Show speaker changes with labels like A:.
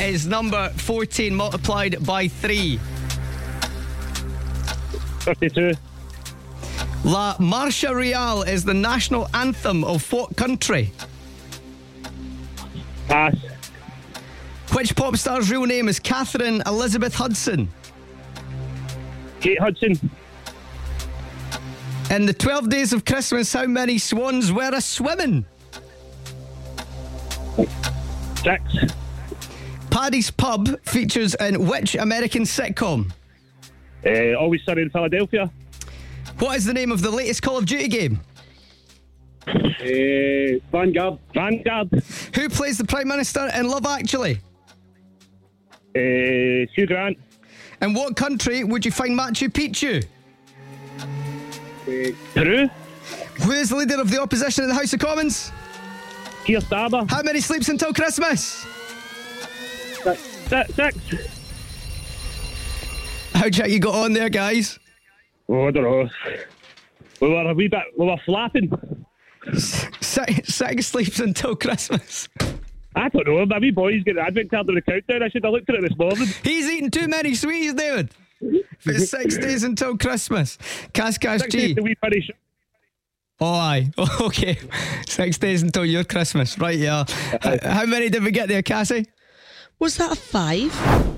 A: is number 14 multiplied by 3?
B: 52.
A: La Marcha Real is the national anthem of what country?
B: Pass.
A: Which pop star's real name is Catherine Elizabeth Hudson?
B: Kate Hudson.
A: In the 12 days of Christmas, how many swans were a swimming?
B: Six.
A: Paddy's Pub features in which American sitcom?
B: Uh, always sunny in Philadelphia.
A: What is the name of the latest Call of Duty game?
B: Uh, Vanguard. Vanguard.
A: Who plays the Prime Minister in Love Actually?
B: Uh, Hugh Grant.
A: In what country would you find Machu Picchu?
B: Uh, Peru.
A: Who is the leader of the opposition in the House of Commons?
B: Keir Starmer.
A: How many sleeps until Christmas?
B: Six. Six.
A: How Jack you got on there, guys?
B: Oh, I don't know. We were a wee bit. We were flapping.
A: Six, six sleeps until Christmas.
B: I don't know. My wee boy's got an advent card on the countdown. I should have looked at it this morning.
A: He's eaten too many sweeties, David. For six days until Christmas. Cass Cass
B: Six days
A: G.
B: to wee finish.
A: Oh, aye. Okay. Six days until your Christmas. Right, yeah. How, how many did we get there, Cassie?
C: Was that a five?